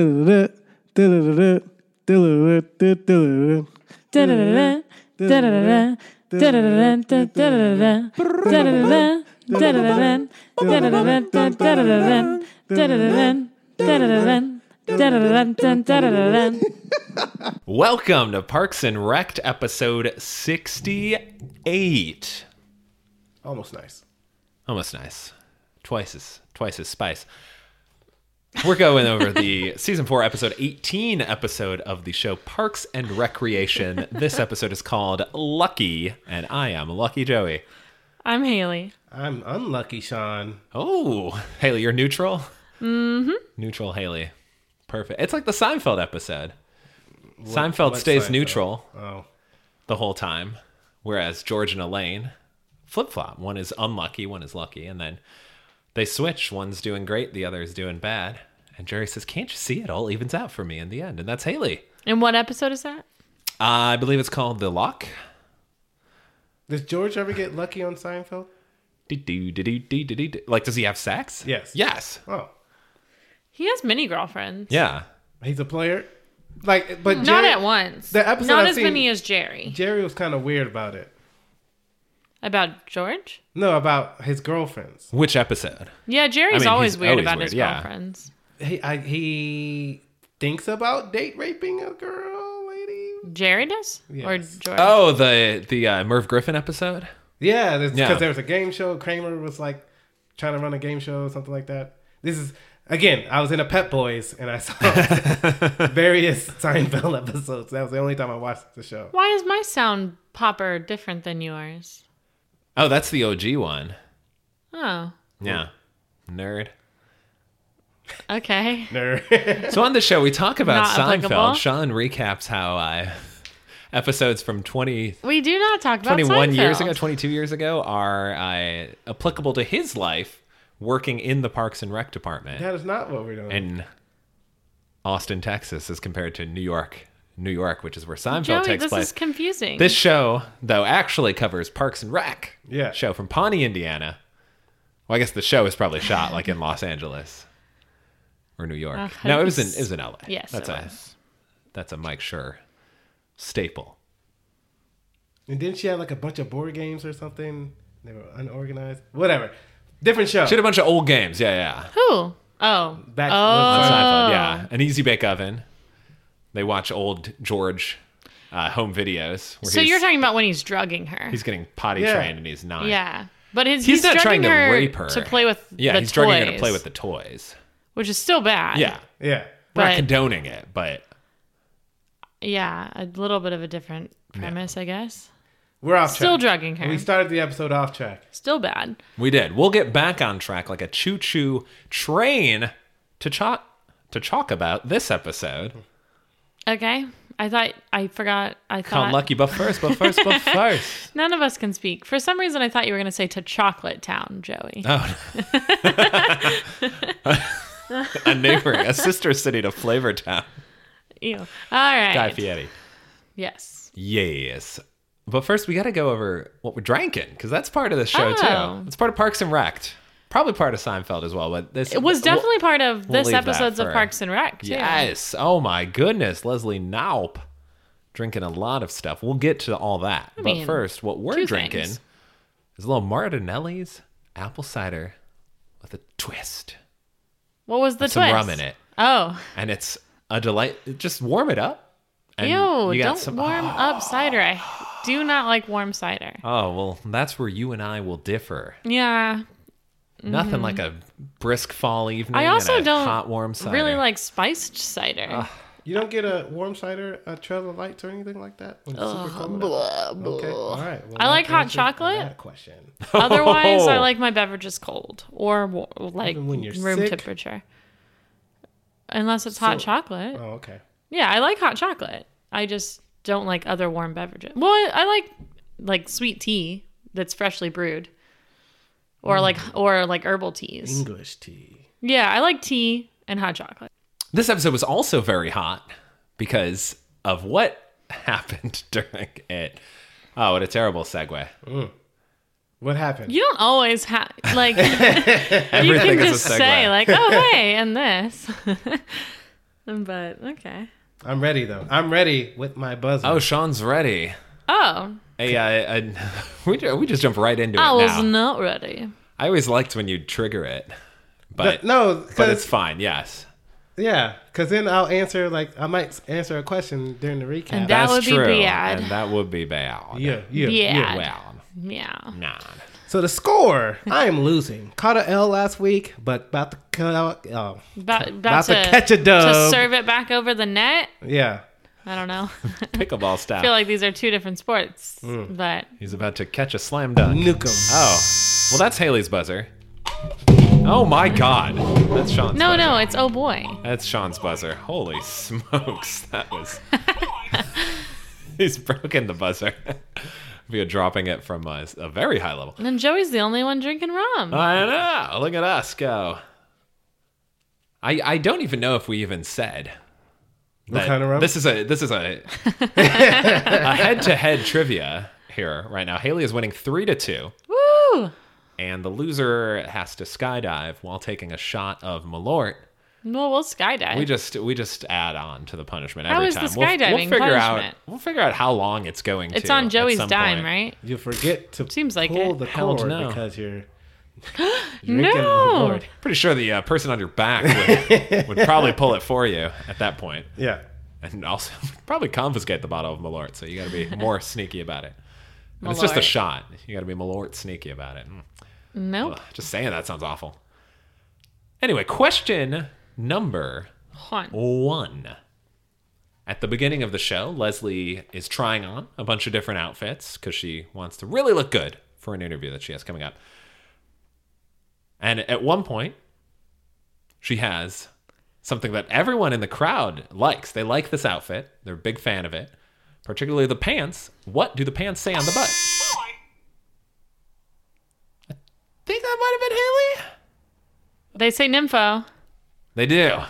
Da-da-da, da-da-da-da, da-da-da-da, da-da-da-da. Da-da-da-da, da-da-da-da, da-da-da-da, da-da-da-da, da-da-da-da, da-da-da-da, da-da-da-da, da-da-da-da, da-da-da-da, da-da-da-da, da-da-da-da, da-da-da-da. Welcome to Parks and Rec episode 68. Almost nice. Almost nice. Twice as twice as spice. We're going over the season 4 episode 18 episode of the show Parks and Recreation. This episode is called Lucky and I am Lucky Joey. I'm Haley. I'm unlucky, Sean. Oh, Haley, you're neutral? Mhm. Neutral Haley. Perfect. It's like the Seinfeld episode. Seinfeld what stays Seinfeld? neutral. Oh, the whole time, whereas George and Elaine flip flop. One is unlucky, one is lucky, and then they switch. One's doing great, the other is doing bad. And Jerry says, "Can't you see it all evens out for me in the end?" And that's Haley. Uh, And what episode is that? I believe it's called the lock. does George ever get lucky on Seinfeld? Do-do-do-do-do-do-do. Like, does he have sex? Yes. Yes. Oh, He has many girlfriends. Yeah. he's a player. Like, but Not Jerry, at once. The episode Not I've as seen- many as Jerry. Jerry was kind of weird about it. About George? No, about his girlfriends. Which episode? Yeah, Jerry's I mean, always he's weird always about weird, his yeah. girlfriends. He I, he thinks about date raping a girl, lady. Jerry does? Or Yes. George? Oh, the the uh, Merv Griffin episode. Yeah, because Yeah. there was a game show. Kramer was like trying to run a game show, something like that. This is again. I was in a Pet Boys and I saw various Seinfeld episodes. That was the only time I watched the show. Why is my sound popper different than yours? Oh, that's the OG one. Oh, Yeah. Nerd. okay. Nerd. So on the show, we talk about Not applicable. Seinfeld. Sean recaps how uh, episodes from 20, We do not talk about 21 years Seinfeld. ago, 22 years ago, are uh, applicable to his life working in the Parks and Rec department That is not what we're doing. in Austin, Texas, as compared to New York, New York, which is where Seinfeld Joey, takes this place. is confusing. This show, though, actually covers Parks and Rec. Yeah. Show from Pawnee, Indiana. Well, I guess the show is probably shot like in Los Angeles or New York. Uh, no, it you was in s- it was in LA. Yes, That's it a that's a Mike Schur staple. and didn't she have like a bunch of board games or something? They were unorganized. Whatever. Different show. She had a bunch of old games. Yeah, yeah. Who? Oh, That On Oh. was Seinfeld, yeah. An easy bake oven. They watch old George uh, home videos. Where so he's, you're talking about when he's drugging her? he's getting potty Yeah. trained and he's not. yeah, but his, He's he's, not trying drugging to her rape her. to play with Yeah, the he's toys, drugging her to play with the toys. which is still bad. Yeah. yeah. We're not But- condoning it, but yeah, a little bit of a different premise, I guess. We're off Still track. drugging her. We started the episode off track. still bad. We did. We'll get back on track like a choo choo train to chalk to talk about this episode. Okay, I thought I forgot. I Count thought lucky, but first, but first, but first. none of us can speak. For some reason, I thought you were going to say to Chocolate Town, Joey. Oh. a neighboring, a sister city to Flavor Town. Ew. All right. Guy Fieri. Yes. Yes. But first, we got to go over what we're drinking because that's part of the show Oh. too. It's part of Parks and Rec. Probably part of Seinfeld as well, but this It was definitely part of we'll this leave that episode's of for- Parks and Rec. Too. Yes. Oh my goodness, Leslie Naup drinking a lot of stuff. We'll get to all that. but mean, first, what we're two drinking things. is a little Martinelli's apple cider with a twist, What was the some twist? rum in it, Oh, and it's a delight. Just warm it up. And ew! you got don't some- warm up cider. I do not like warm cider. Oh well, that's where you and I will differ. Yeah, Nothing like a brisk fall evening. Mm-hmm. I also and a don't hot warm cider. Oh. really like spiced cider. You don't get a warm cider, a trail of lights, or anything like that when it's super cold. Okay. All right. well, I like that hot answers chocolate. That question. Otherwise, I Oh. like my beverages cold or wa- like Even when you're room sick? temperature. Unless it's hot So- chocolate. Oh, okay. Yeah, I like hot chocolate. I just don't like other warm beverages. Well, I, I like like sweet tea that's freshly brewed, Mm. or like or like herbal teas. English tea. Yeah, I like tea and hot chocolate. This episode was also very hot because of what happened during it. Oh, what a terrible segue. What happened? You don't always have like you can is a just segue. say like oh hey and this. But okay. I'm ready though. I'm ready with my buzzer. Oh, Sean's ready. Oh, Hey, I, I, we, ju- we just jump right into it I was now. not ready. I always liked when you trigger it, But but no, but it's because fine. Yes, yeah, because then I'll answer like I might answer a question during the recap. And That that's would be true, bad. and that would be bad. yeah, yeah, Yeah. well, Yeah. nah. So the score, I am losing. Caught a L last week, but about to cut. Oh, About, about, About to, to catch a dub. To serve it back over the net. yeah. I don't know. I pickleball style. feel like these are two different sports. Mm. But He's about to catch a slam dunk. Nuke 'em. Oh, well, that's Haley's buzzer. Oh my God, that's Sean's. no, buzzer. no, it's oh boy. that's Sean's buzzer. Holy smokes, that was. He's broken the buzzer. We are dropping it from a, a very high level. And Joey's the only one drinking rum. Uh. I know. Look at us go. I I don't even know if we even said. that- kind of rum? This is a this is a a head to head trivia here right now. Haley is winning three to two, Woo! and the loser has to skydive while taking a shot of Malort. Well, we'll skydive. We just we just add on to the punishment How every is the time. We'll- we'll, skydiving figure out punishment? we'll figure out how long it's going to. it's on at Joey's some dime, point. right? You forget to Seems like pull it. the Hell cord no. because you're drinking oh, the No. cord. Pretty sure the uh, person on your back would, would probably pull it for you at that point. Yeah. and also probably confiscate the bottle of Malort. So you got to be more sneaky about it. And it's just a Malort. shot. You got to be Malort sneaky about it. Mm. Nope. Ugh, Just saying that sounds awful. Anyway, question number Haunt. one. At the beginning of the show, Leslie is trying on a bunch of different outfits because she wants to really look good for an interview that she has coming up. And at one point, she has something that everyone in the crowd likes. They like this outfit, they're a big fan of it, particularly the pants. What do the pants say on the butt? I think that might have been Haley. They say nympho. They do.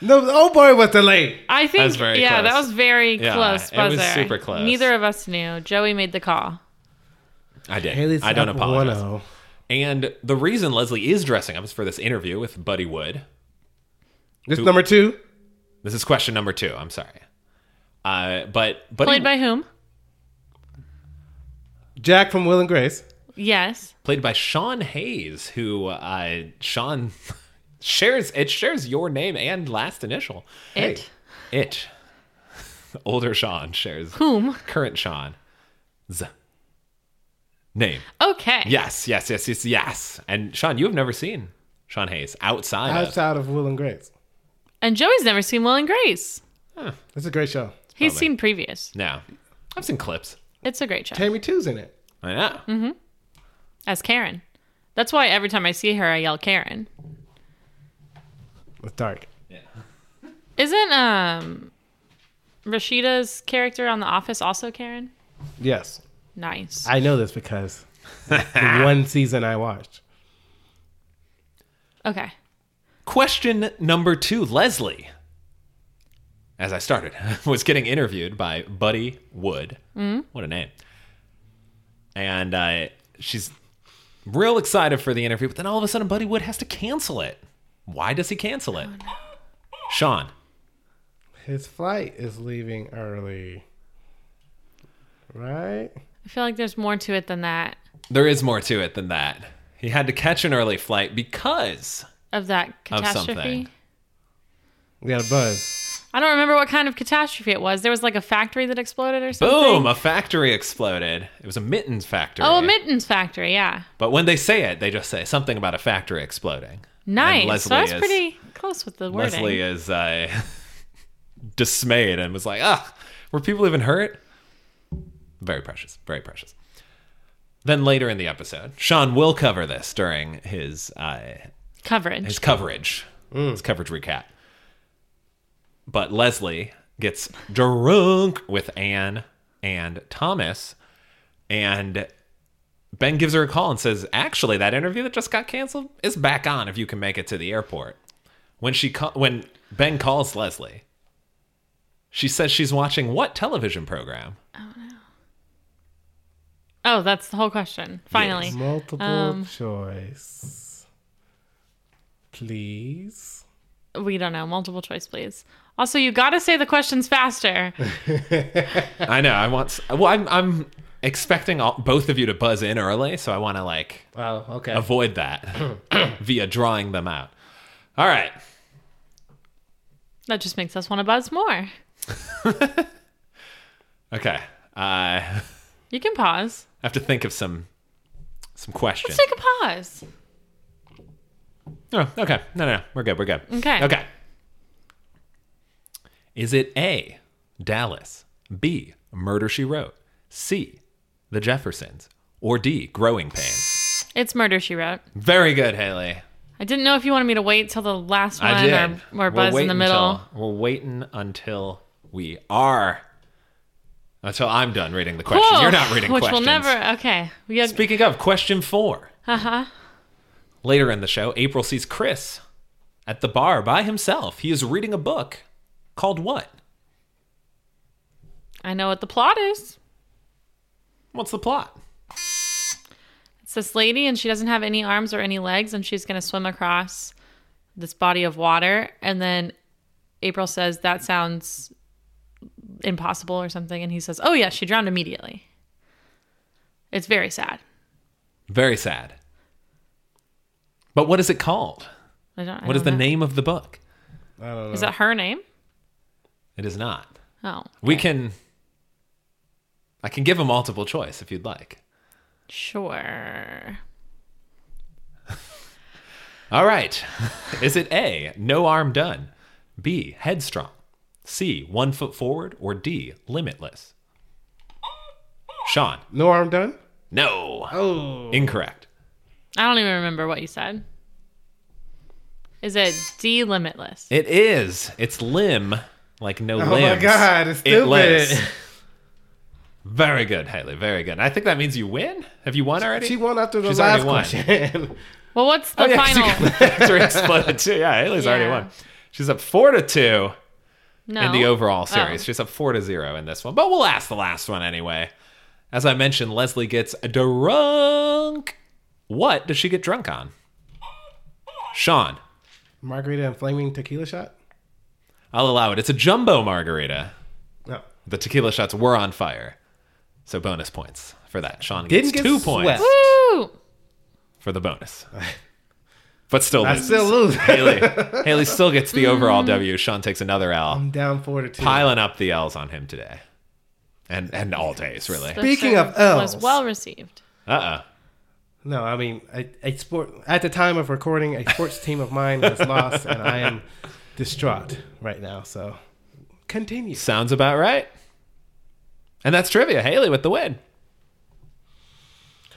No, the old boy was delayed. I think. was very yeah, that close. was very Yeah, close. it was buzzer. super close. Neither of us knew. Joey made the call. I did. Haley's I don't up oh. apologize. 1-0. And the reason Leslie is dressing up is for this interview with Buddy Wood. This number two. This is question number two. I'm sorry. Uh, but Buddy Played by whom? Jack from Will and Grace. Yes. played by Sean Hayes, who uh, Sean shares it shares your name and last initial. It. It older Sean shares Whom? current Sean Z name. Okay. Yes, yes, yes, yes, yes. And Sean, you have never seen Sean Hayes outside. of- Outside of Will and Grace. And Joey's never seen Will and Grace. It's a great show. He's Probably. seen previous. no, I've seen clips. It's a great show. Tammy Two's in it. I know. As Karen. That's why every time I see her, I yell Karen. It's dark. Isn't um Rashida's character on The Office also Karen? Yes. Nice. I know this because the one season I watched. okay. Question number two Leslie, as I started, was getting interviewed by Buddy Wood. Mm-hmm. What a name. And uh, she's real excited for the interview, but then all of a sudden, Buddy Wood has to cancel it. Why does he cancel it? Sean, His flight is leaving early. Right? I feel like there's more to it than that. there is more to it than that. He had to catch an early flight because Of that Of catastrophe. something. We got a buzz. I don't remember what kind of catastrophe it was. There was like a factory that exploded or something. boom, a factory exploded. It was a mittens factory. Oh, a mittens factory, yeah. But when they say it, they just say something about a factory exploding. Nice. Leslie so I was is- pretty close with the wording. Leslie is uh, dismayed and was like, ah, were people even hurt? Very precious. Very precious. Then later in the episode, Sean will cover this during his uh, Coverage. his coverage, his coverage recap. But Leslie gets drunk with Anne and Thomas, and Ben gives her a call and says, "Actually, that interview that just got canceled is back on. If you can make it to the airport." When she ca- when Ben calls Leslie, she says she's watching what television program? oh, that's the whole question. Finally. Multiple Um, choice. Please. we don't know. Multiple choice, please. Also, you got to say the questions faster. I know. I want. s- Well, I'm. I'm expecting all, both of you to buzz in early, so I want to like Wow. Okay. avoid that via drawing them out. All right. That just makes us want to buzz more. Okay. I You can pause. have to think of some some Let's questions. take a pause. Oh, okay. No, no, no. We're good. We're good. Okay. Okay. Is it A, Dallas, B, Murder She Wrote, C, The Jeffersons, or D, Growing Pains? It's Murder She Wrote. Very good, Haley. I didn't know if you wanted me to wait till the last one I did. or, or We'll buzz wait in the middle. Until, we're waiting until we are. Until I'm done reading the questions. Cool. You're not reading Which questions. will never. Okay. We had, Speaking of, question four. Uh huh. Later in the show, April sees Chris at the bar by himself. He is reading a book called what? I know what the plot is. What's the plot? It's this lady, and she doesn't have any arms or any legs, and she's going to swim across this body of water. And then April says, That sounds impossible or something. And he says, Oh, yeah, she drowned immediately. It's very sad. Very sad. But what is it called? I don't, I What is don't the know. name of the book? I don't know. Is that her name? It is not. Oh. We can. I can give a multiple choice if you'd like. Sure. All right. Is it A, no arm done? B, headstrong? C, one foot forward? Or D, limitless? Sean, No arm done. no. Oh. Incorrect. I don't even remember what you said. Is it D Limitless? It is. It's limb, like no Oh limbs. my god, it's stupid. less. Very good, Haley. Very good. I think that means you win. Have you won already? She won after the She's last already won. question. Well, what's the Oh, yeah, 'cause you final? got the answer exploded too. Yeah, Haley's already Yeah. won. She's up four to two. No. in the overall Oh. series. She's up four to zero in this one, but we'll ask the last one anyway. As I mentioned, Leslie gets drunk. What does she get drunk on? Sean, Margarita and flaming tequila shot. I'll allow it. It's a jumbo margarita. No. The tequila shots were on fire, so bonus points for that. Sean gets Didn't get two swept. points Woo! for the bonus, but still I loses. still lose. Haley, Haley still gets the overall W. Sean takes another L, I'm down four to two. piling up the L's on him today, and and all days really. The Speaking of service was Ls. well received. Uh oh. No, I mean, a, a sport at the time of recording, a sports team of mine has lost, and I am distraught right now. So, continue. Sounds about right. And that's trivia. Haley with the win.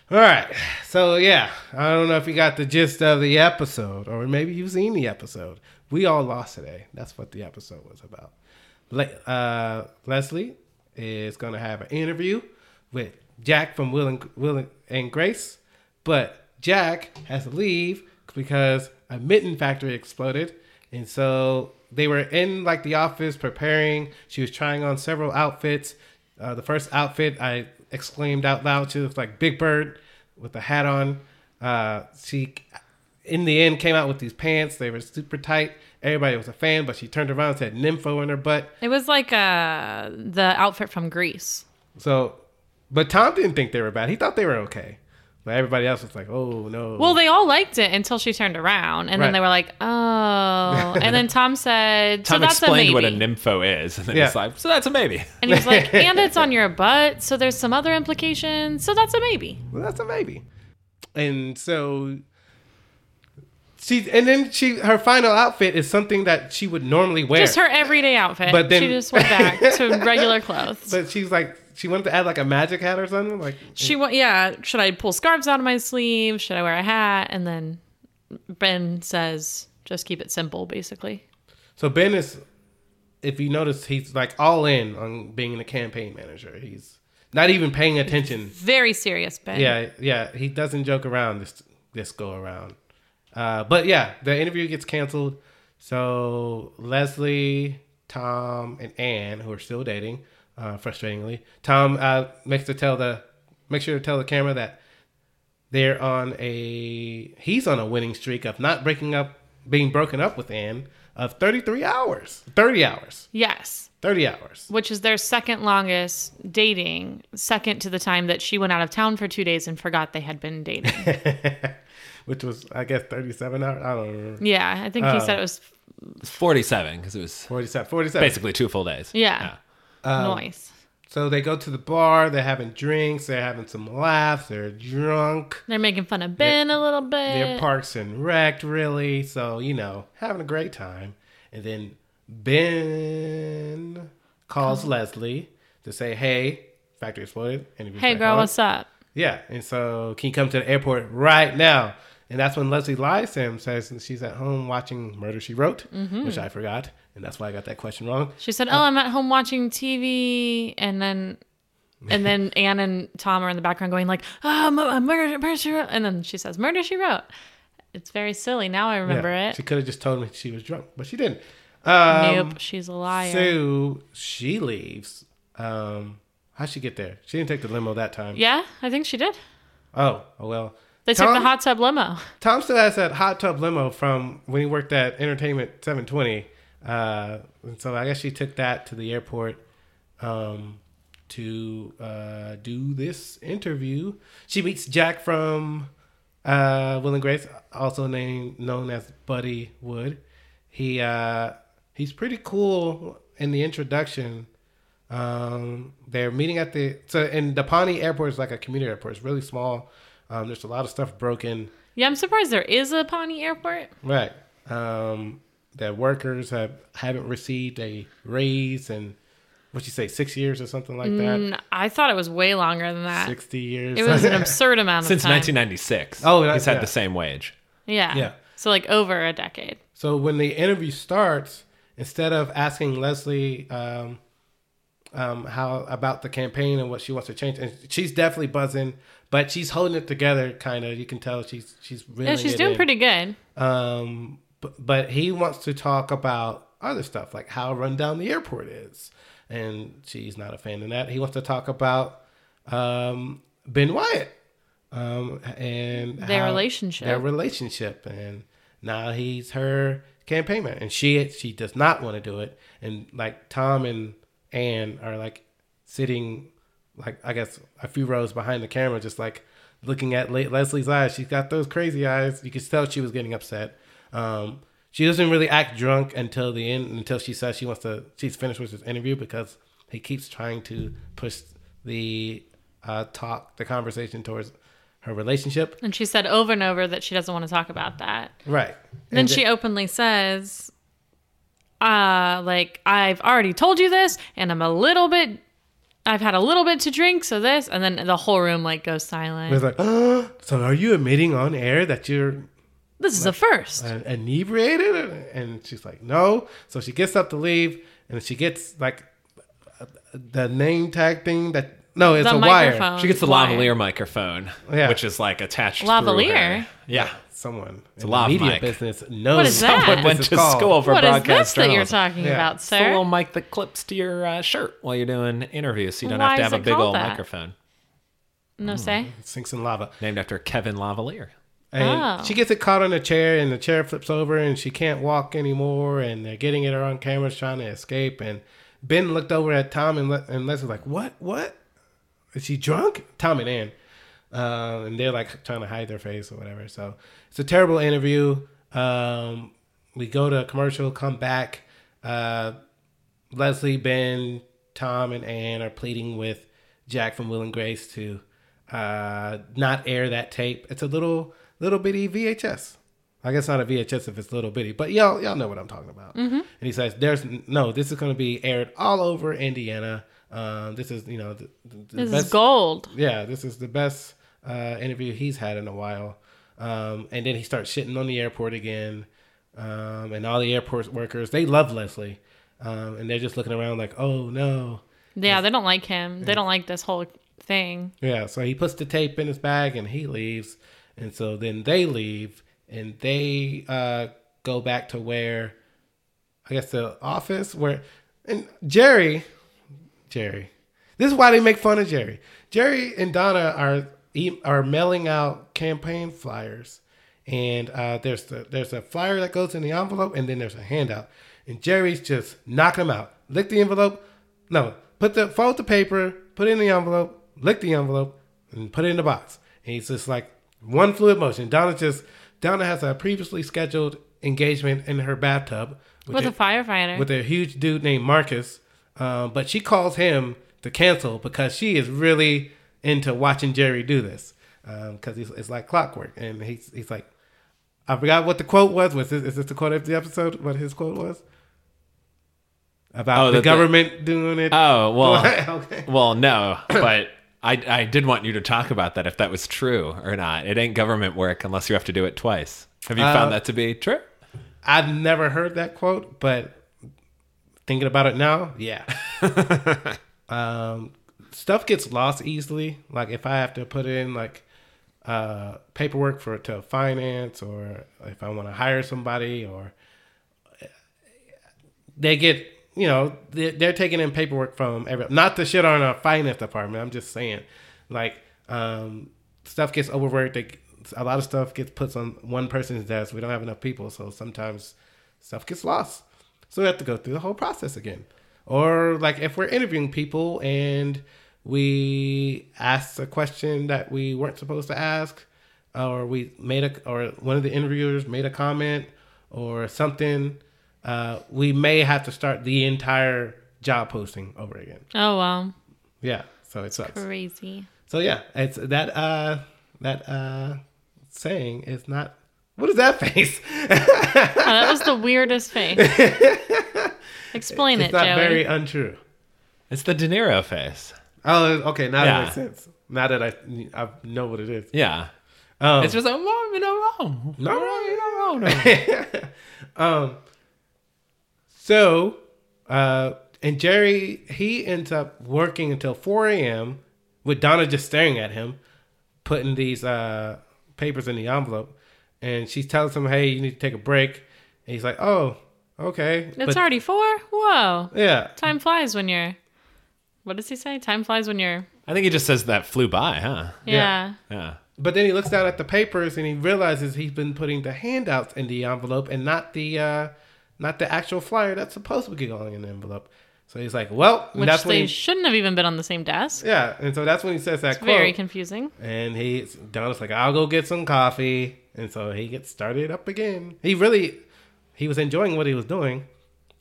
All right. So, yeah, I don't know if you got the gist of the episode, or maybe you've seen the episode. We all lost today. That's what the episode was about. Le- uh, Leslie is going to have an interview with Jack from Will and, Will and Grace, but Jack has to leave because a mitten factory exploded. And so they were in like the office preparing. She was trying on several outfits. Uh, the first outfit I exclaimed out loud, she looked like Big Bird with a hat on. Uh, she, in the end, came out with these pants. They were super tight. Everybody was a fan, but she turned around and said nympho in her butt. It was like uh, the outfit from Greece. So, but Tom didn't think they were bad. He thought they were okay. But everybody else was like, oh no. Well, they all liked it until she turned around, and Right. then they were like, "Oh!" And then Tom said, "So Tom that's a maybe." explained what a nympho is, and then Yeah. it's like, so that's a maybe. and he was like, "And it's on your butt, so there's some other implications. So that's a maybe." well, that's a maybe. And so she, and then she, her final outfit is something that she would normally wear. Just her everyday outfit. But then- she just went back to regular clothes. But she's like, she wanted to add like a magic hat or something. Like, She went, yeah. Should I pull scarves out of my sleeve? Should I wear a hat? And then Ben says, "Just keep it simple, basically." so Ben is, if you notice, he's like all in on being the campaign manager. He's not even paying attention. Very serious, Ben. Yeah, yeah, he doesn't joke around this this go around. Uh, but yeah, the interview gets canceled. So Leslie, Tom, and Anne, who are still dating, uh, frustratingly, Tom uh, makes to tell the make sure to tell the camera that they're on a he's on a winning streak of not breaking up, being broken up with Anne of 33 hours. 30 hours. Yes. 30 hours. Which is their second longest dating, second to the time that she went out of town for two days and forgot they had been dating. Which was, I guess, 37 hours. I don't remember. yeah. I think he said it was It's 47 because it was 47. 47. basically two full days. Yeah. noise. So they go to the bar. They're having drinks. They're having some laughs. They're drunk. They're making fun of Ben a little They're bit. parks and wrecked, really. So, you know, having a great time. And then Ben calls Leslie to say, hey, factory exploded. And he was hey, like, girl, "Huh?" what's up? Yeah, and so can you come to the airport right now? And that's when Leslie lies to him, says she's at home watching Murder She Wrote, Mm-hmm. which I forgot, and that's why I got that question wrong. She said, "Oh, I'm at home watching TV," and then, and then Anne and Tom are in the background going like, "Ah, oh, murder, murder, she wrote," and then she says, "Murder, she wrote." It's very silly. Now I remember Yeah, it. She could have just told me she was drunk, but she didn't. Um, nope, she's a liar. So she leaves. Um, how'd she get there? She didn't take the limo that time. yeah, I think she did. Oh, oh well. They took the Tom- hot tub limo. Tom still has that hot tub limo from when he worked at Entertainment 720. Uh, and so I guess she took that to the airport um, to uh, do this interview. She meets Jack from uh, Will and Grace, also named known as Buddy Wood. He uh, he's pretty cool in the introduction. Um, they're meeting at the so and the Pawnee Airport is like a community airport. It's really small. Um, there's a lot of stuff broken. Yeah, I'm surprised there is a Pawnee Airport. Right. Um, that workers have haven't received a raise in what you say six years or something like that. Mm, I thought it was way longer than that. Sixty years. It was an absurd amount of Since time. 1996. Oh, that- he's had yeah. the same wage. yeah. Yeah. So like over a decade. so when the interview starts, instead of asking Leslie um, um, how about the campaign and what she wants to change, and she's definitely buzzing, but she's holding it together. Kind of, you can tell she's she's really. Yeah, she's doing pretty good. Um, but, but he wants to talk about other stuff like how rundown the airport is, and she's not a fan of that. He wants to talk about um, Ben Wyatt um, and Their how- relationship. their relationship, and now he's her campaign man, and she she does not want to do it, and like Tom and Anne are like sitting, like I guess a few rows behind the camera, just like looking at Le- Leslie's eyes. She's got those crazy eyes. You could tell she was getting upset. Um, she doesn't really act drunk until the end, until she says she wants to. She's finished with this interview because he keeps trying to push the uh, talk, the conversation towards her relationship. And she said over and over that she doesn't want to talk about that. Right. then she openly says uh like i've already told you this and i'm a little bit i've had a little bit to drink so this and then the whole room like goes silent was like, oh, so are you admitting on air that you're this is a first uh, inebriated? And she's like, no. So she gets up to leave and she gets like the name tag thing that, no, it's the a microphone wire. She gets the wire. lavalier microphone, Yeah. which is like attached. through Lavalier? her. Yeah. Someone it's a lav media mic. business knows What is that? what Someone this went is to called. school for what is broadcast this that you're journalism. talking Yeah. about It's a sir little mic that clips to your uh, shirt while you're doing interviews, so you don't Why have to is have a it big called old that? microphone. no Hmm. say Sinks in lava. Named after Kevin Lavalier. And Oh. she gets it caught on a chair, and the chair flips over, and she can't walk anymore. And they're getting at her on camera, trying to escape. And Ben looked over at Tom and, Le- and Leslie's like, "What? What? Is she drunk?" Tom and Ann, uh, and they're like trying to hide their face or whatever. So it's a terrible interview. Um, we go to a commercial, come back. Uh, Leslie, Ben, Tom, and Anne are pleading with Jack from Will and Grace to uh, not air that tape. It's a little little bitty VHS. I guess not a VHS if it's little bitty, but y'all y'all know what I'm talking about. Mm-hmm. And he says, "There's no. This is going to be aired all over Indiana. Um, this is you know the, the this best is gold yeah, this is the best uh, interview he's had in a while. Um, and then he starts shitting on the airport again. Um, and all the airport workers, they love Leslie. Um, and they're just looking around like, oh no. yeah they don't like him they don't like this whole thing Yeah, so he puts the tape in his bag and he leaves. And so then they leave and they uh, go back to where, I guess, the office where. And Jerry, Jerry, this is why they make fun of Jerry. Jerry and Donna are e- are mailing out campaign flyers, and uh, there's the, there's a flyer that goes in the envelope, and then there's a handout. And Jerry's just knocking them out. Lick the envelope. No, put the fold the paper, put it in the envelope, lick the envelope, and put it in the box. And he's just like one fluid motion. Donna just Donna has a previously scheduled engagement in her bathtub With a firefighter. with a huge dude named Marcus. Um, but she calls him to cancel because she is really into watching Jerry do this because he's it's like clockwork. And he's, he's like, I forgot what the quote was. Was this, is this the quote of the episode? What his quote was? About Oh, the that the- government doing it. Oh well, Okay. well no, but I I did want you to talk about that if that was true or not. It ain't government work unless you have to do it twice. Have you Uh, found that to be true? I've never heard that quote, but thinking about it now, yeah. um, stuff gets lost easily. Like if I have to put in like uh, paperwork for to finance, or if I want to hire somebody, or they get you know they're, they're taking in paperwork from every not to shit on our finance department i'm just saying like um stuff gets overworked they, a lot of stuff gets put on one person's desk we don't have enough people so sometimes stuff gets lost so we have to go through the whole process again or like if we're interviewing people and we asked a question that we weren't supposed to ask or we made a or one of the interviewers made a comment or something uh, we may have to start the entire job posting over again Oh wow, yeah so it sucks crazy. so yeah it's that uh that uh saying is not what is that face Oh, that was the weirdest face. Explain it's it, not Joey. very untrue It's the De Niro face. oh okay now Yeah. that makes sense now that i i know what it is Yeah, um, it's just oh, a moment wrong. no, No, no, um, so, uh, and Jerry, he ends up working until 4 a.m. with Donna just staring at him, putting these uh, papers in the envelope. And she tells him, hey, you need to take a break. And he's like, oh, okay. It's already four. Whoa, Yeah. time flies when you're. What does he say? Time flies when you're. I think he just says that flew by, huh? Yeah. Yeah. But then he looks down at the papers and he realizes he's been putting the handouts in the envelope and not the uh, not the actual flyer that's supposed to be going in the envelope. So he's like, well, and Which that's when they he- shouldn't have even been on the same desk. Yeah, and so that's when he says that quote. Very confusing. and he Donald's like, "I'll go get some coffee," and so he gets started up again. He really, he was enjoying what he was doing.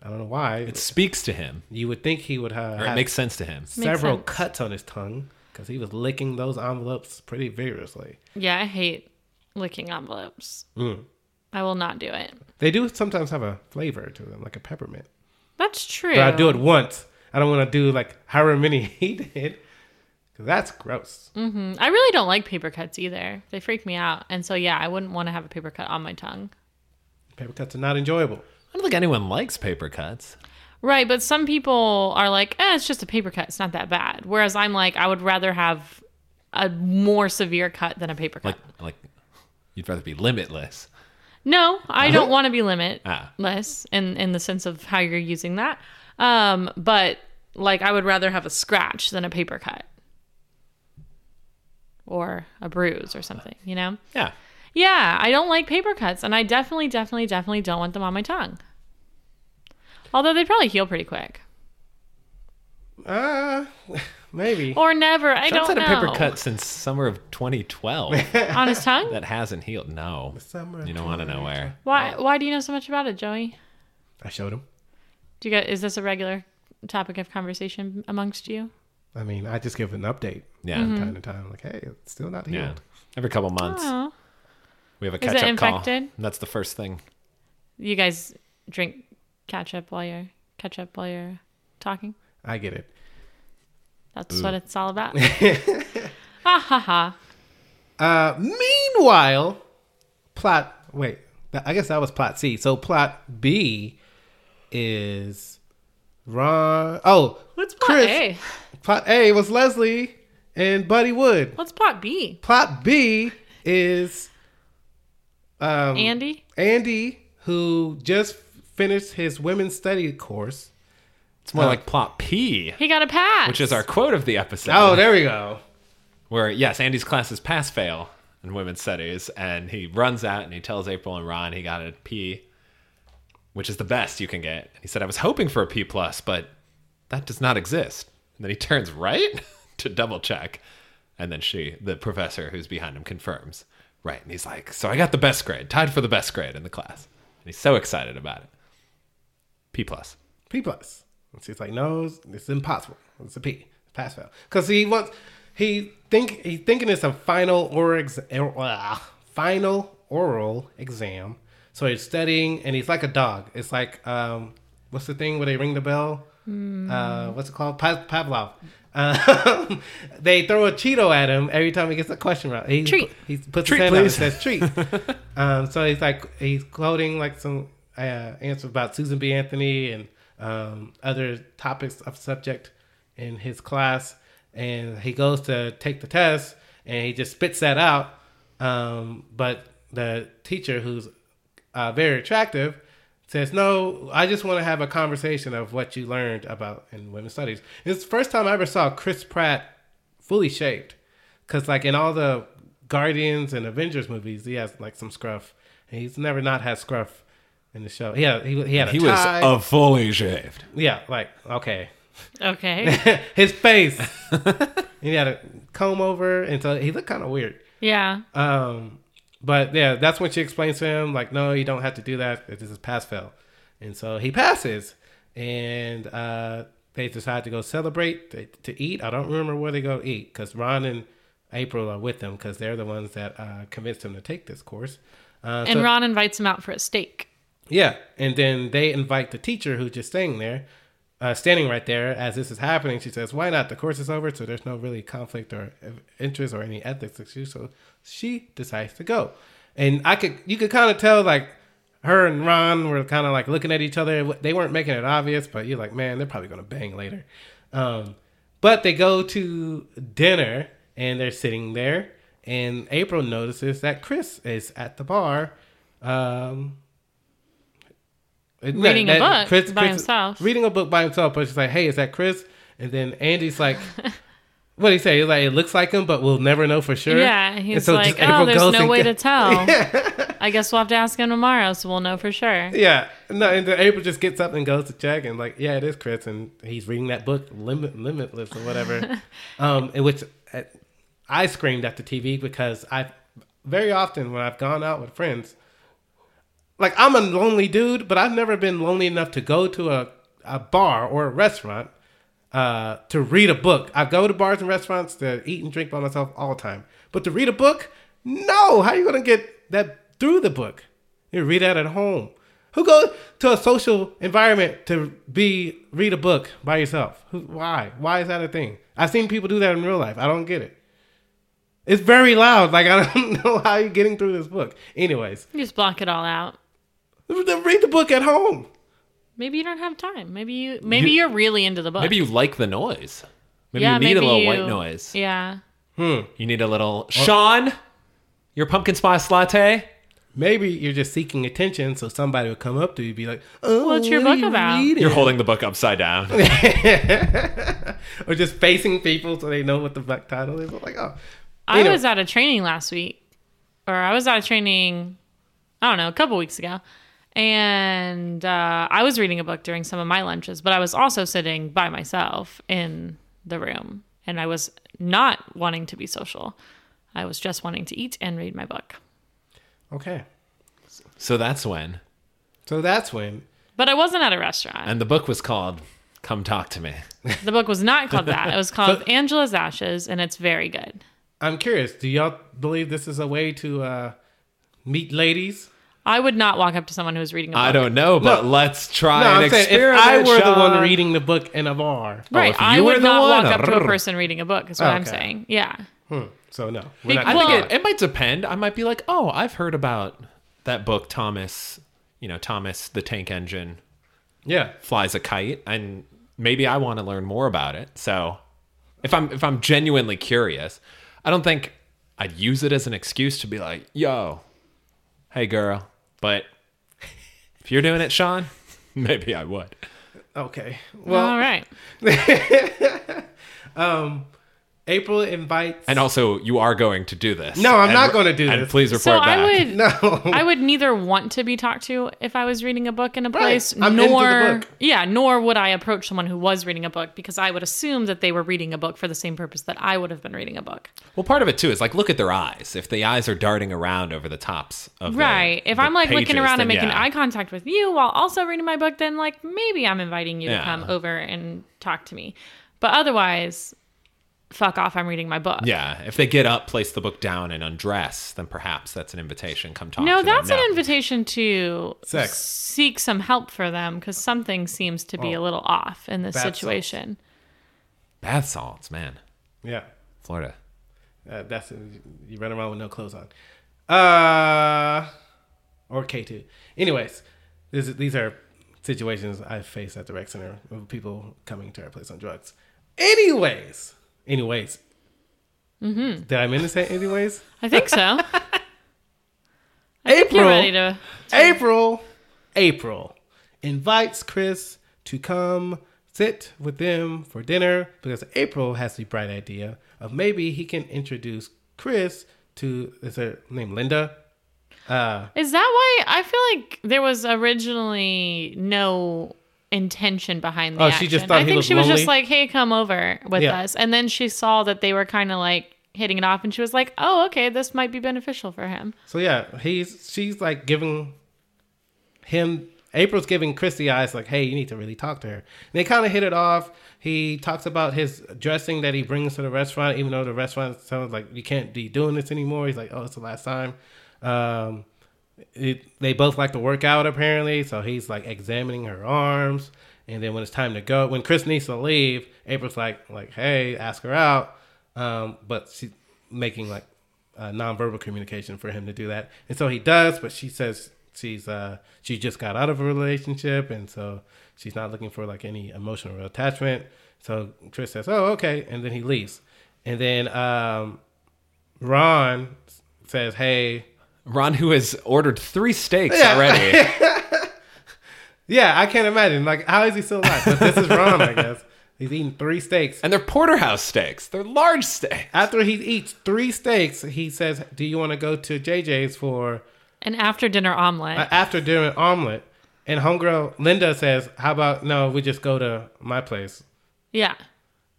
I don't know why. It speaks to him, you would think he would have, or it have makes sense to him. several sense. cuts on his tongue because he was licking those envelopes pretty vigorously. Yeah, I hate licking envelopes. Mm. I will not do it. They do sometimes have a flavor to them, like a peppermint. That's true. But I do it once. I don't want to do like however many he did. 'Cause That's gross. Mm, I really don't like paper cuts either. They freak me out. And so, yeah, I wouldn't want to have a paper cut on my tongue. Paper cuts are not enjoyable. I don't think anyone likes paper cuts. Right. But some people are like, eh, it's just a paper cut. It's not that bad. Whereas I'm like, I would rather have a more severe cut than a paper cut. Like, like you'd rather be limitless. No, uh-huh. I don't want to be limitless Ah. in in the sense of how you're using that. Um, but like I would rather have a scratch than a paper cut or a bruise or something, you know? Yeah. Yeah, I don't like paper cuts and I definitely definitely definitely don't want them on my tongue. Although they probably heal pretty quick. Uh, maybe. Or never. I John's don't had know. a paper cut since summer of 2012 on his tongue? that hasn't healed. No, Summer of you don't want to know where. Why why do you know so much about it, Joey? I showed him. Do you get is this a regular topic of conversation amongst you? I mean, I just give an update Yeah, from time to time. Like, hey, it's still not yeah. healed. Every couple months, Mm-hmm. Oh. we have a Is it catch-up call. infected? And That's the first thing. You guys drink ketchup while you're ketchup while you're talking. I get it. That's what it's all about. ah ha ha. Uh, meanwhile, plot. Wait, th- I guess that was plot C. So plot B is Ron. Oh, What's plot A? Plot A was Leslie and Buddy Wood. What's plot B? Plot B is um, Andy? Andy, who just finished his women's study course. It's Oh. more like plot P, He got a pass. which is our quote of the episode. Oh, there we Oh, go. where yes, Andy's class is pass fail, in women's studies, and he runs out and he tells April and Ron he got a P, which is the best you can get. And he said, "I was hoping for a P plus, but that does not exist." And then he turns right to double check, and then she, the professor who's behind him, confirms. Right, and he's like, "So I got the best grade, tied for the best grade in the class." And he's so excited about it. P plus. P plus. And she's like, no, it's, it's impossible. It's a P. Pass fail. Because he wants he think he thinking it's a final or ex, er, ah, final oral exam. So he's studying and he's like a dog. It's like um, what's the thing where they ring the bell? Uh, what's it called? Pa- Pavlov. Uh, they throw a Cheeto at him every time he gets a question right. He, Treat. He puts Treat, his head out and please. says treat. um, so he's like he's quoting like some uh, answers about Susan B. Anthony and um, other topics of subject in his class, and he goes to take the test and he just spits that out. Um, but the teacher, who's uh, very attractive, says, "No, I just want to have a conversation of what you learned about in women's studies." It's the first time I ever saw Chris Pratt fully shaved. Cause like in all the Guardians and Avengers movies, he has like some scruff. And he's never not had scruff in the show. Yeah, he, he had a He was tie. a fully shaved. yeah, like okay, Okay. his face. and he had a comb over, and so he looked kind of weird. yeah. Um, but yeah, that's when she explains to him, like, no, you don't have to do that. This is pass fail. And so he passes. And uh, they decide to go celebrate, to, to eat. I don't remember where they go eat because Ron and April are with them because they're the ones that uh, convinced him to take this course. Uh, And so- Ron invites him out for a steak. yeah, and then they invite the teacher who's just staying there, uh, standing right there as this is happening. She says, "Why not? The course is over, so there's no really conflict or uh, interest or any ethics issue." So she decides to go, and I could you could kind of tell like her and Ron were kind of like looking at each other. They weren't making it obvious, but you're like, man, they're probably gonna bang later. Um, but they go to dinner and they're sitting there, and April notices that Chris is at the bar. Um, and Reading a book by himself. Reading a book by himself, but she's like, "Hey, is that Chris?" And then Andy's like, "What do you say?" He's like, "It looks like him, but we'll never know for sure." Yeah. And and He's so just like, April oh, there's goes no and way get- to tell. I guess we'll have to ask him tomorrow, so we'll know for sure. Yeah, no, and then April just gets up and goes to check, and like, yeah, it is Chris, and he's reading that book, Limit, Limitless or whatever, um, in which uh, I screamed at the TV because I, very often when I've gone out with friends, like I'm a lonely dude, but I've never been lonely enough to go to a, a bar or a restaurant uh, to read a book. I go to bars and restaurants to eat and drink by myself all the time, but to read a book, no. How you gonna get that through the book? You read that at home. Who goes to a social environment to be read a book by yourself? Who, why? Why is that a thing? I've seen people do that in real life. I don't get it. It's very loud. Like I don't know how you're getting through this book. Anyways, You just block it all out. read the book at home. Maybe you don't have time. Maybe you maybe you, are really into the book. Maybe you like the noise. Maybe Uh, yeah, you need maybe a little white you- noise. Yeah. You need a little Sean, your pumpkin spice latte. Maybe you're just seeking attention, so somebody will come up to you and be like, "Oh, What's your what are book you about?" reading? You're holding the book upside down. or just facing people so they know what the book title is. I'm like, oh, I Anyway. was at a training last week, or I was at a training, I don't know, a couple weeks ago. And uh, I was reading a book during some of my lunches, but I was also sitting by myself in the room. And I was not wanting to be social. I was just wanting to eat and read my book. okay. so that's when. So that's when But I wasn't at a restaurant. And the book was called Come Talk to Me. The book was not called that. It was called Angela's Ashes, and it's very good. I'm curious. Do y'all believe this is a way to uh, meet ladies? I would not walk up to someone who was reading a book. I don't know, but let's try No, an I'm saying if experiment. I were the one Sean. reading the book in a bar, Right, if I you were would the not one, walk up to a rrr. person reading a book. Is what I'm Okay. saying. Yeah. so no. Be- We're not I doing Well- think that. it, it might depend. I might be like, oh, I've heard about that book, Thomas, you know, Thomas the Tank Engine yeah. flies a kite, and maybe I want to learn more about it. So if I'm if I'm genuinely curious, I don't think I'd use it as an excuse to be like, yo, hey girl. But if you're doing it, Sean, maybe I would. Okay. Well, All right. April invites. And also, you are going to do this. No, I'm And- not gonna do and this. please report So back. I would no. I would neither want to be talked to if I was reading a book in a place, I'm into the nor book. yeah, nor would I approach someone who was reading a book because I would assume that they were reading a book for the same purpose that I would have been reading a book. Well, part of it too is like look at their eyes. If the eyes are darting around over the tops of the- Right. if the I'm like looking pages, around and then making yeah. eye contact with you while also reading my book, then like maybe I'm inviting you Yeah. to come over and talk to me. But otherwise, fuck off. I'm reading my book. Yeah, if they get up, place the book down, and undress, then perhaps that's an invitation. Come talk. No, to that's them. an invitation to Sex. seek some help for them because something seems to be a little off in this bath salts. situation. Bath salts, man. yeah, Florida. uh, that's you run around with no clothes on. Uh, or K two. Anyways, this, is- these are situations I faced at the rec center of people coming to our place on drugs. Anyways, anyways. Mm-hmm. Did I mean to say anyways? I think so. April. You're ready to. April, April invites Chris to come sit with them for dinner because April has the bright idea of maybe he can introduce Chris to is her name Linda. Uh, Is that why I feel like there was originally no intention behind the Oh, action? she just thought I he think was she was lonely? just like, "Hey, come over with Yeah. us," and then she saw that they were kind of like hitting it off, and she was like, "Oh, okay, this might be beneficial for him." so yeah, he's she's like giving him April's giving Chris the eyes like, hey, you need to really talk to her. And they kind of hit it off. He talks about his dressing that he brings to the restaurant, even though the restaurant sounds like you can't be doing this anymore. He's like, oh, it's the last time. Um, it, they both like to work out apparently, so he's like examining her arms. And then when it's time to go, when Chris needs to leave, April's like, like, hey, ask her out. Um, but she's making like uh, nonverbal communication for him to do that, and so he does. But she says she's uh, she just got out of a relationship, and so she's not looking for like any emotional attachment. So Chris says, oh, okay, and then he leaves. And then um, Ron says, hey, Ron, who has ordered three steaks Yeah. already, Yeah, I can't imagine. Like, how is he still alive? But this is Ron, I guess. He's eating three steaks. and they're porterhouse steaks. They're large steaks. After he eats three steaks, he says, "Do you want to go to JJ's for An after dinner omelet. uh, after dinner omelet?" And homegirl Linda says, "How about no? We just go to my place." yeah.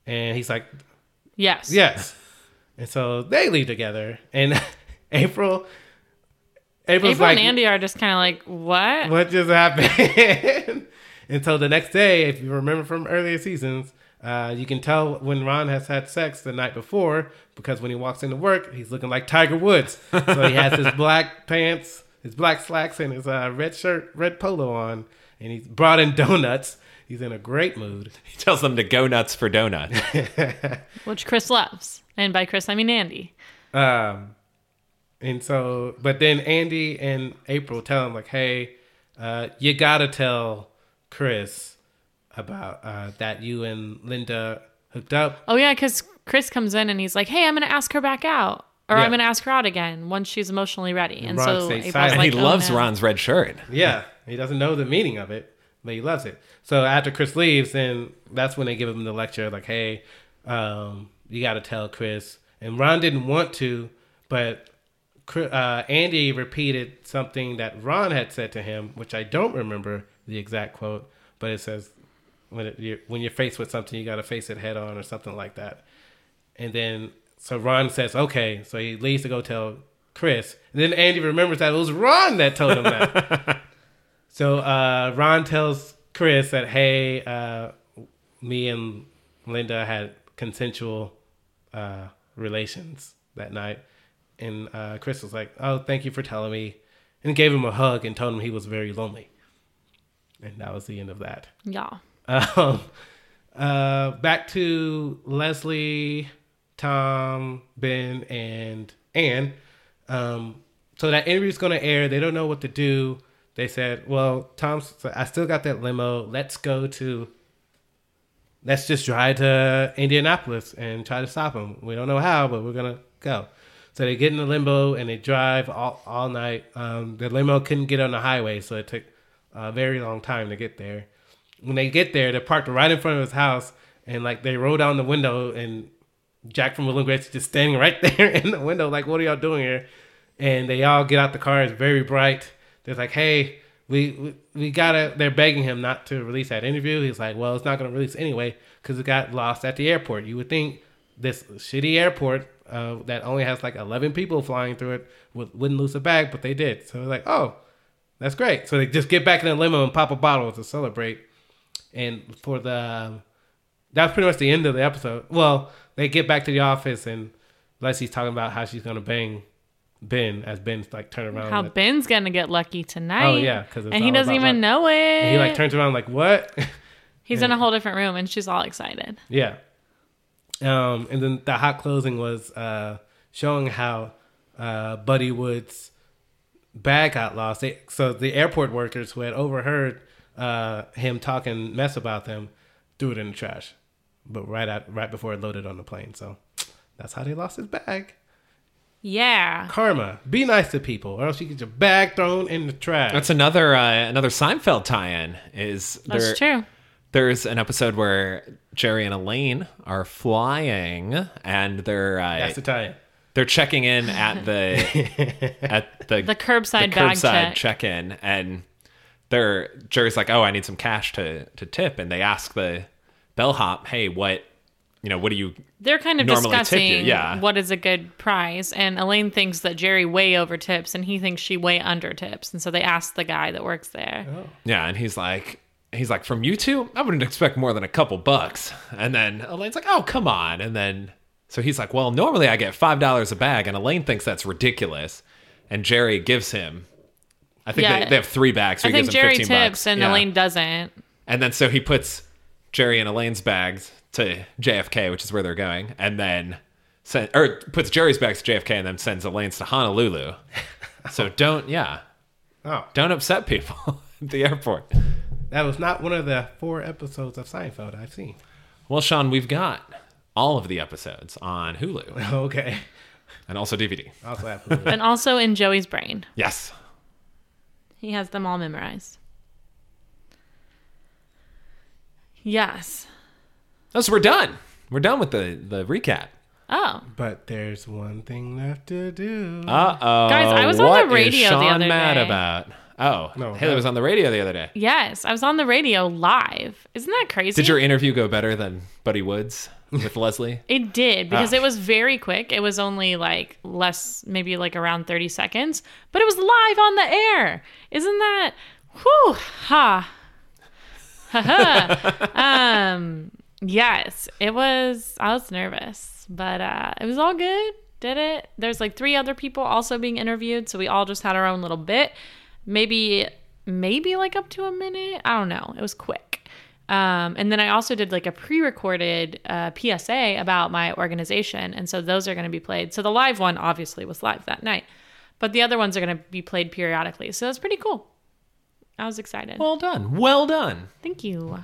And he's like, Yes. "Yes." And so they leave together. And April, April April's like, and Andy are just kind of like, "What?" what just happened? and so the next day, if you remember from earlier seasons, uh, you can tell when Ron has had sex the night before because when he walks into work, he's looking like Tiger Woods. So he has his black pants, his black slacks, and his uh, red shirt, red polo on, and he's brought in donuts. He's in a great mood. He tells them to go nuts for donuts. Which Chris loves, and by Chris I mean Andy. Um, and so, but then Andy and April tell him like, "Hey, uh, you gotta tell Chris about uh, that you and Linda hooked up." Oh yeah, because Chris comes in and he's like, "Hey, I'm gonna ask her back out, or Yeah. I'm gonna ask her out again once she's emotionally ready." And Ron so stays April's silent. and like, he "Oh, loves no." Ron's red shirt. Yeah, he doesn't know the meaning of it, but he loves it. So after Chris leaves, then that's when they give him the lecture like, "Hey, um, you gotta tell Chris." And Ron didn't want to, but Chri- uh, Andy repeated something that Ron had said to him, which I don't remember the exact quote, but it says, "When it, you're, when you're faced with something, you got to face it head on," or something like that. And then so Ron says, "Okay," so he leaves to go tell Chris, and then Andy remembers that it was Ron that told him that. so uh, Ron tells Chris that, "Hey, uh, me and Linda had consensual uh, relations that night. And uh, Chris was like, Oh, thank you for telling me. And gave him a hug and told him he was very lonely. And that was the end of that. Yeah. Um, uh, back to Leslie, Tom, Ben, and Anne. Um, so that interview's going to air. They don't know what to do. They said, "Well, Tom, I still got that limo. Let's go to. Let's just drive to Indianapolis and try to stop him. We don't know how, but we're gonna go." So they get in the limo and they drive all, all night. Um, the limo couldn't get on the highway, so it took a very long time to get there when they get there, they're parked right in front of his house, and like they roll down the window, and Jack from Will and Grace is just standing right there in the window, like, what are y'all doing here? And they all get out the car. It's very bright. They're like, hey, we, we, we gotta, they're begging him not to release that interview. He's like, well, it's not gonna release anyway because it got lost at the airport. You would think this shitty airport uh, that only has like 11 people flying through it would, wouldn't lose a bag, but they did. So they're like, oh, that's great. So they just get back in the limo and pop a bottle to celebrate. And for the that's pretty much the end of the episode. Well, they get back to the office and Leslie's talking about how she's gonna bang Ben as Ben's like turn around. How and- Ben's gonna get lucky tonight? Oh, yeah, 'cause it's and he all doesn't about even luck. know it. and he like turns around like what? He's in a whole different room, and she's all excited. yeah. Um, and then the hot closing was uh, showing how uh, Buddy Woods' bag got lost. They, so the airport workers who had overheard uh, him talking mess about them threw it in the trash, but right out right before it loaded on the plane. So that's how they lost his bag. Yeah, karma. Be nice to people, or else you get your bag thrown in the trash. That's another uh, another Seinfeld tie-in. Is there, that's true. There's an episode where Jerry and Elaine are flying, and they're uh, That's the tie-in. they're checking in at the at the The curbside bag check. check-in, and they're Jerry's like, "Oh, I need some cash to to tip," and they ask the bellhop, "Hey, what you know? What do you?" They're kind of normally tip you, discussing yeah. what is a good price, and Elaine thinks that Jerry way over tips, and he thinks she way under tips, and so they ask the guy that works Oh. there. Yeah, and he's like. He's like, from you two, I wouldn't expect more than a couple bucks. And then Elaine's like, oh, come on. And then, so he's like, well, normally I get $5 a bag. And Elaine thinks that's ridiculous. And Jerry gives him, I think Yeah. they, they have three bags. So I he think gives Jerry him 15 tips, bucks. and Yeah. Elaine doesn't. And then so he puts Jerry and Elaine's bags to JFK, which is where they're going, and then send, or puts Jerry's bags to JFK and then sends Elaine's to Honolulu. so don't yeah, Oh, don't upset people at the airport. that was not one of the four episodes of Seinfeld I've seen. Well, Sean, we've got all of the episodes on Hulu Okay, and also DVD. also absolutely. and also in Joey's brain. Yes. He has them all memorized. Yes. Oh, so we're done. We're done with the the recap. Oh, but there's one thing left to do. Uh oh. Guys, I was on the radio the Sean other mad day. about? Oh, No, Haley that- was on the radio the other day. yes. I was on the radio live. Isn't that crazy? Did your interview go better than Buddy Woods with Leslie? It did because Ah. it was very quick. It was only like less, maybe like around 30 seconds, but it was live on the air. Isn't that? Whew, ha. Ha ha. um, yes, it was. I was nervous, but uh, it was all good. Did it? There's like three other people also being interviewed, so we all just had our own little bit. Maybe, maybe like up to a minute. I don't know. It was quick. Um, and then I also did like a pre-recorded uh, PSA about my organization, and so those are going to be played. So the live one obviously was live that night, but the other ones are going to be played periodically. So that's pretty cool. I was excited. Well done. Well done. Thank you.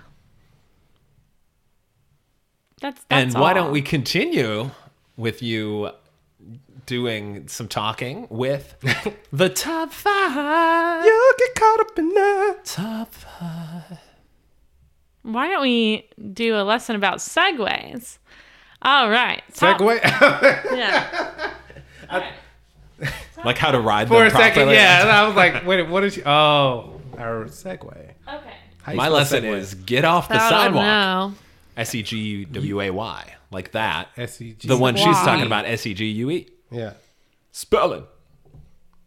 That's, that's and why all. don't we continue with you doing some talking with the top five? You'll get caught up in that. Top five. Why don't we do a lesson about segways? All right. Top- Segue Yeah. Like how to ride for them a second. properly. Yeah, and I was like, wait, what is she? Oh, our segue. Okay. How you My spell lesson segue? is get off the I don't sidewalk. know. S E G W A Y. Like that. S-E-G. The one she's Why? talking about, S E G U E. E Yeah. Spelling.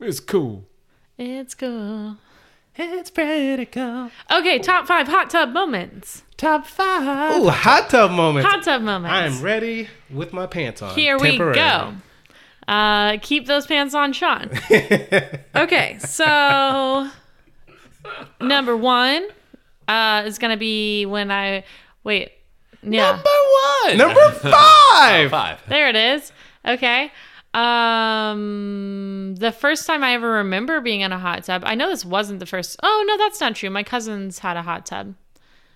It's cool. It's cool. It's pretty cool. Okay. Top five hot tub moments. Top five. Ooh, hot tub moment. Hot tub moments. I am ready with my pants on. Here we Temporarily. go. Uh, keep those pants on, Sean. okay, so number one uh, is gonna be when I wait. Yeah, Number one. Number five. five. there it is. Okay. Um, the first time I ever remember being in a hot tub, I know this wasn't the first. Oh no, that's not true. My cousins had a hot tub,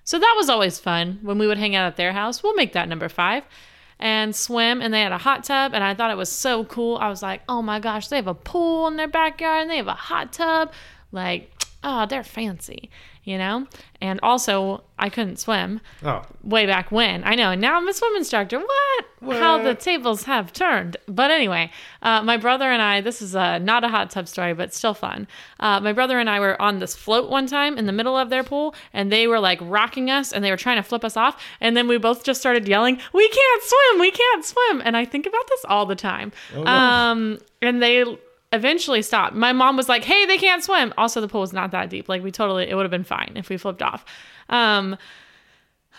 so that was always fun when we would hang out at their house. We'll make that number five, and swim. And they had a hot tub, and I thought it was so cool. I was like, oh my gosh, they have a pool in their backyard, and they have a hot tub. Like, oh, they're fancy. you know? And also, I couldn't swim Oh, way back when. I know. And now I'm a swim instructor. What? How the tables have turned. But anyway, uh, my brother and I, this is uh not a hot tub story, but still fun. Uh, my brother and I were on this float one time in the middle of their pool, and they were like rocking us and they were trying to flip us off. And then we both just started yelling, We can't swim. We can't swim. And I think about this all the time. um, and they eventually stopped. My mom was like, Hey, they can't swim. Also, the pool was not that deep. Like, we totally, it would have been fine if we flipped off. Um,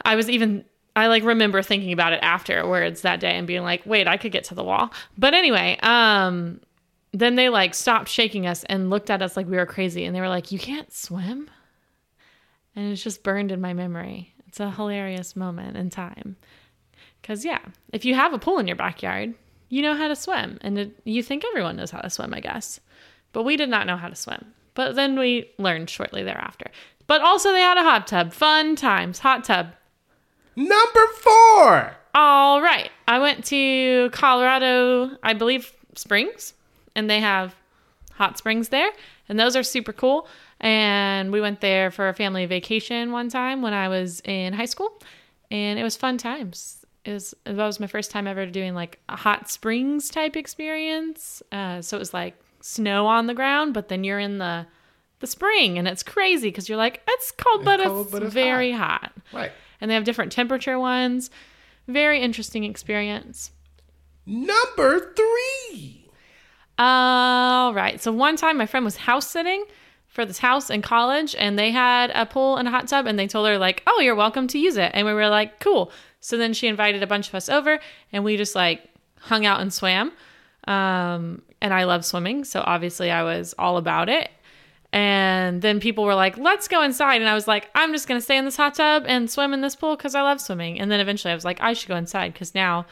I was even I like remember thinking about it afterwards that day and being like, "Wait, I could get to the wall." But anyway, um then they like stopped shaking us and looked at us like we were crazy and they were like, "You can't swim?" And it's just burned in my memory. It's a hilarious moment in time. Cuz yeah, if you have a pool in your backyard, you know how to swim and it, you think everyone knows how to swim, I guess. But we did not know how to swim. But then we learned shortly thereafter. But also they had a hot tub. Fun times. Hot tub. number four. All right. I went to Colorado, I believe, Springs, and they have hot springs there, and those are super cool. And we went there for a family vacation one time when I was in high school, and it was fun times. It was, that was my first time ever doing like a hot springs type experience. Uh, so it was like snow on the ground, but then you're in the the spring, and it's crazy because you're like, it's cold, but, cold, it's, but it's very hot Right. and they have different temperature ones. Very interesting experience. Number three. All right. So one time my friend was house sitting for this house in college and they had a pool and a hot tub and they told her like, "Oh, you're welcome to use it." And we were like, "Cool." So then she invited a bunch of us over and we just like hung out and swam. Um and I love swimming, so obviously I was all about it. And then people were like, let's go inside. And I was like, I'm just going to stay in this hot tub and swim in this pool because I love swimming. And then eventually I was like, I should go inside because now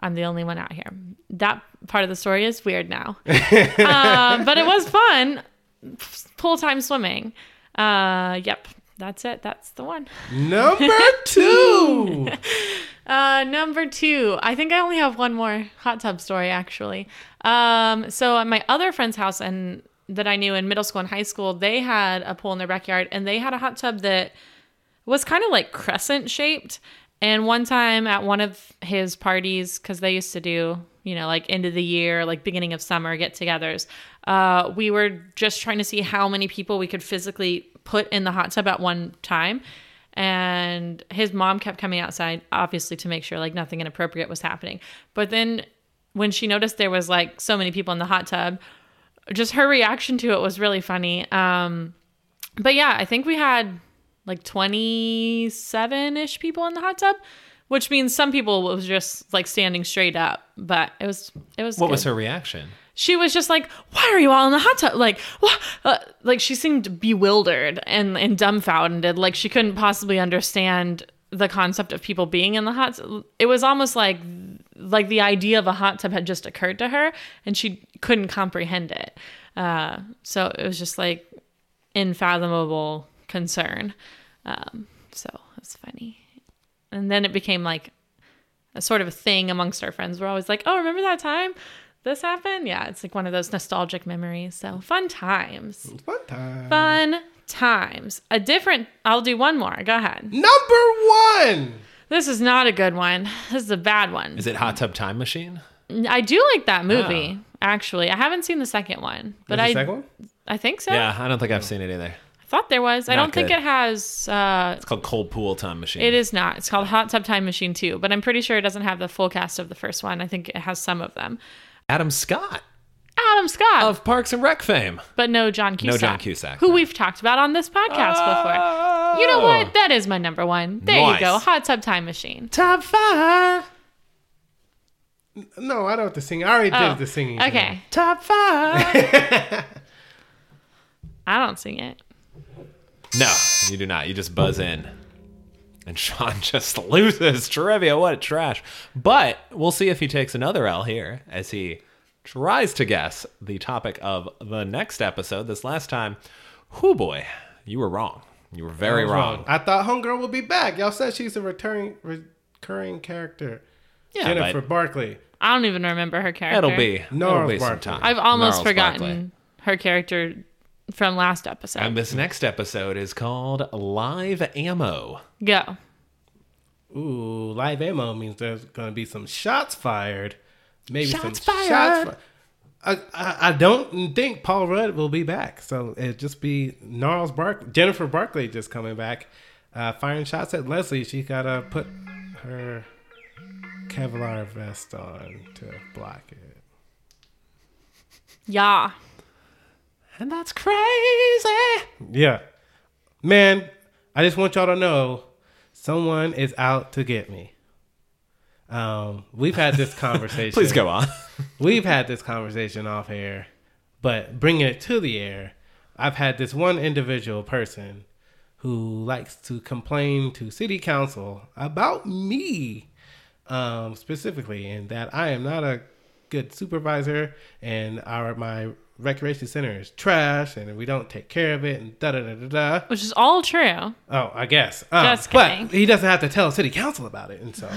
I'm the only one out here. That part of the story is weird now. uh, but it was fun. Pool time swimming. Uh, yep. That's it. That's the one. Number two. Uh, number two, I think I only have one more hot tub story actually. Um, so at my other friend's house and that I knew in middle school and high school, they had a pool in their backyard and they had a hot tub that was kind of like crescent shaped. And one time at one of his parties, because they used to do, you know, like end of the year, like beginning of summer get togethers, uh, we were just trying to see how many people we could physically put in the hot tub at one time. And his mom kept coming outside, obviously, to make sure like nothing inappropriate was happening. But then when she noticed there was like so many people in the hot tub, just her reaction to it was really funny. Um, but yeah, I think we had like 27 ish people in the hot tub, which means some people was just like standing straight up, but it was, it was, What was good. her reaction? She was just like, why are you all in the hot tub? Like, what? Uh, like she seemed bewildered and, and dumbfounded. Like she couldn't possibly understand the concept of people being in the hot tub. It was almost like, like the idea of a hot tub had just occurred to her and she couldn't comprehend it. Uh, so it was just like unfathomable concern. Um, so it's funny. And then it became like a sort of a thing amongst our friends. We're always like, oh, remember that time this happened? Yeah, it's like one of those nostalgic memories. So fun times. One time. Fun times. A different, I'll do one more. Go ahead. Number one. This is not a good one. This is a bad one. Is Oh. it Hot Tub Time Machine? I do like that movie, actually. I haven't seen the second one, but I, There's a second one? I think so. Yeah, I don't think I've seen it either. I thought there was. I Not don't think good. it has uh, It's called Cold Pool Time Machine. It is not. It's called Hot Tub Time Machine 2, but I'm pretty sure it doesn't have the full cast of the first one. I think it has some of them. Adam Scott Adam Scott, of Parks and Rec fame. but no John Cusack. John Cusack, Who no. Oh. we've talked about on this podcast before. You know what? That is my number one. There Nice. you go. Hot Tub Time Machine. Top five. No, I don't have to sing. I already Oh, did the singing. Okay. Top five. I don't sing it. No, you do not. You just buzz in. And Sean just loses trivia. What trash. But we'll see if he takes another L here as he tries to guess the topic of the next episode. This last time, whoo boy, you were wrong. You were very wrong. I thought Homegirl would be back. Y'all said she's a returning recurring character. Yeah, Jennifer but Barkley. I don't even remember her character. it'll be, Gnarls it'll be some Barkley. time. I've almost Gnarls forgotten Barkley. her character from last episode. And this next episode is called Live Ammo. Go. Ooh, live ammo means there's gonna be some shots fired. Maybe some Shots fired. shots. Fi- I, I I don't think Paul Rudd will be back, so it just be Gnarls Bark Jennifer Barkley just coming back, uh, firing shots at Leslie. She gotta put her Kevlar vest on to block it. Yeah. And that's crazy. Yeah. Man, I just want y'all to know someone is out to get me. Um, we've had this conversation. Please go on. We've had this conversation off air, but bringing it to the air, I've had this one individual person who likes to complain to city council about me um, specifically, and that I am not a good supervisor, and our my recreation center is trash, and we don't take care of it, and da da da da da. Which is all true. Oh, I guess. Um, Just kidding. But he doesn't have to tell city council about it, and so,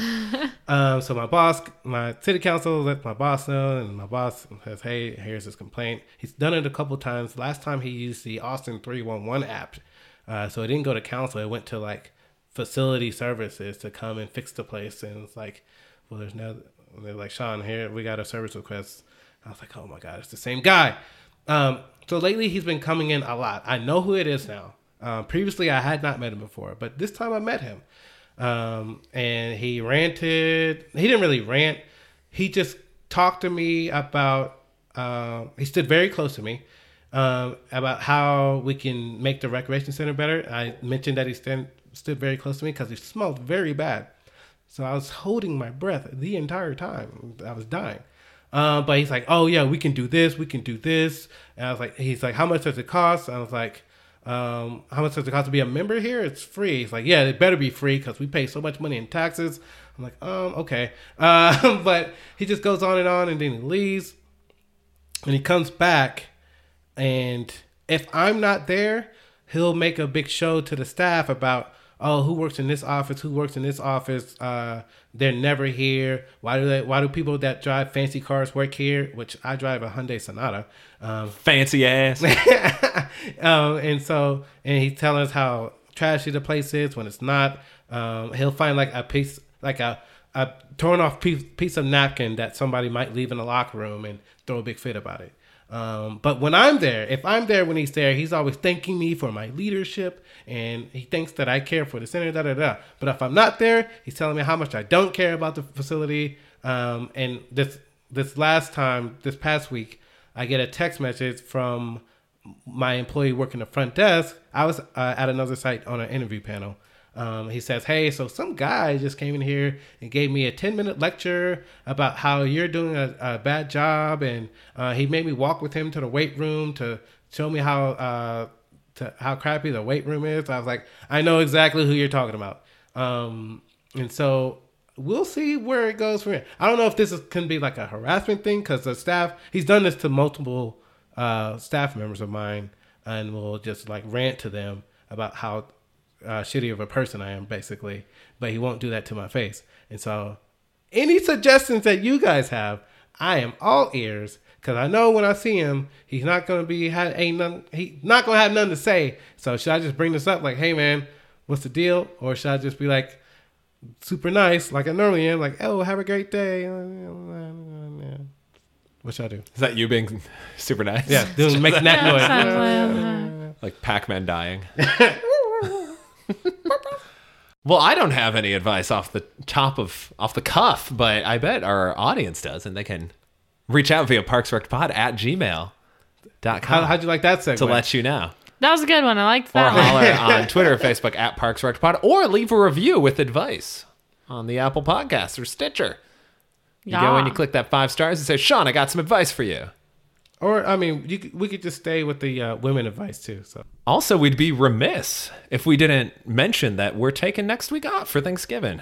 um, so my boss, my city council, let my boss know, and my boss says, "Hey, here's his complaint. He's done it a couple times. Last time he used the Austin three one one app, uh, so it didn't go to council. It went to like facility services to come and fix the place, and it's like, well, there's no. They're like, Sean, here we got a service request. I was like, oh my god, it's the same guy. Um, so lately he's been coming in a lot. I know who it is now. Um, previously I had not met him before, but this time I met him, um, and he ranted. He didn't really rant. He just talked to me about. um he stood very close to me um, about how we can make the recreation center better. I mentioned that he stand, stood very close to me because he smelled very bad. So I was holding my breath the entire time. I was dying. Uh, but he's like, oh yeah, we can do this, we can do this. And I was like, he's like, how much does it cost? And I was like, um, how much does it cost to be a member here? It's free. He's like, yeah, it better be free because we pay so much money in taxes. I'm like, um, okay. Uh, but he just goes on and on, and then he leaves and he comes back and if i'm not there he'll make a big show to the staff about oh who works in this office who works in this office uh they're never here why do they why do people that drive fancy cars work here which i drive a hyundai sonata um Fancy ass. um, and so, and he's telling us how trashy the place is when it's not. Um, he'll find like a piece, like a, a torn off piece, piece of napkin that somebody might leave in the locker room and throw a big fit about it. Um, but when I'm there, if I'm there when he's there, he's always thanking me for my leadership and he thinks that I care for the center, da da da. But if I'm not there, he's telling me how much I don't care about the facility. Um, and this this last time, this past week, I get a text message from my employee working the front desk. I was uh, at another site on an interview panel. Um, he says, "Hey, so some guy just came in here and gave me a ten-minute lecture about how you're doing a, a bad job, and uh, he made me walk with him to the weight room to show me how uh, to how crappy the weight room is." I was like, "I know exactly who you're talking about." Um, and so we'll see where it goes from here. I don't know if this is, can be like a harassment thing because the staff, he's done this to multiple uh, staff members of mine and will just like rant to them about how uh, shitty of a person I am, basically. But he won't do that to my face. And so, any suggestions that you guys have, I am all ears. Cause I know when I see him, he's not gonna be had ain't none he not gonna have nothing to say. So should I just bring this up like, hey man, what's the deal? Or should I just be like, super nice, like I normally am, like, oh, have a great day. What should I do? Is that you being super nice? Yeah, doing making that noise. Like Pac Man dying. well, I don't have any advice off the top of off the cuff, but I bet our audience does, and they can reach out via parksrectpod at gmail.com How, how'd you like that segue? to let you know. That was a good one. I liked Or that one. holler on Twitter or Facebook at parksrectpod, or leave a review with advice on the Apple Podcasts or Stitcher. You go and you click that five stars and say, Sean, I got some advice for you. or I mean, you, could- we could just stay with the uh, women advice too. So Also, we'd be remiss if we didn't mention that we're taking next week off for Thanksgiving.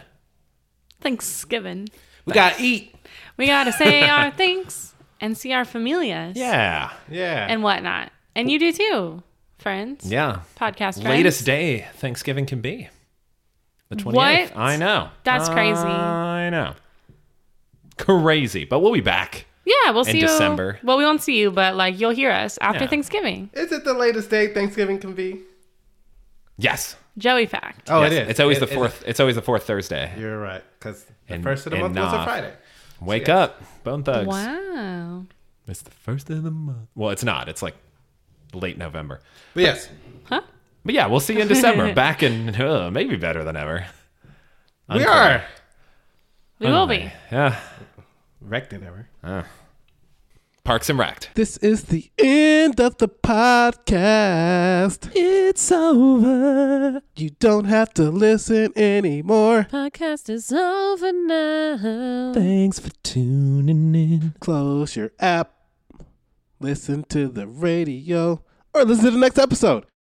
Thanksgiving. we gotta eat. We got to say our thanks and see our familias Yeah. Yeah. and whatnot. And you do too, friends. Yeah. Podcast friends. Latest day Thanksgiving can be. The 28th. What? I know. That's crazy. I know. Crazy. But we'll be back Yeah, we'll In see you. December. Well, we won't see you, but like you'll hear us after Yeah. Thanksgiving. Is it the latest day Thanksgiving can be? Yes. Joey fact. Oh, Yes. it is. It's always It- the it is. fourth. it's always the fourth Thursday. You're right, because the And- first of the and month was a nah. Friday. Wake yes. up, Bone Thugs. Wow. It's the first of the month. Well, it's not. It's like late November. But yes, But yeah, we'll see you in December. back in uh, maybe better than ever. we are. We will be. Yeah. Wrecked and ever. Parks and Rec. This is the end of the podcast. It's over. You don't have to listen anymore. Podcast is over now. Thanks for tuning in. Close your app, listen to the radio, or listen to the next episode.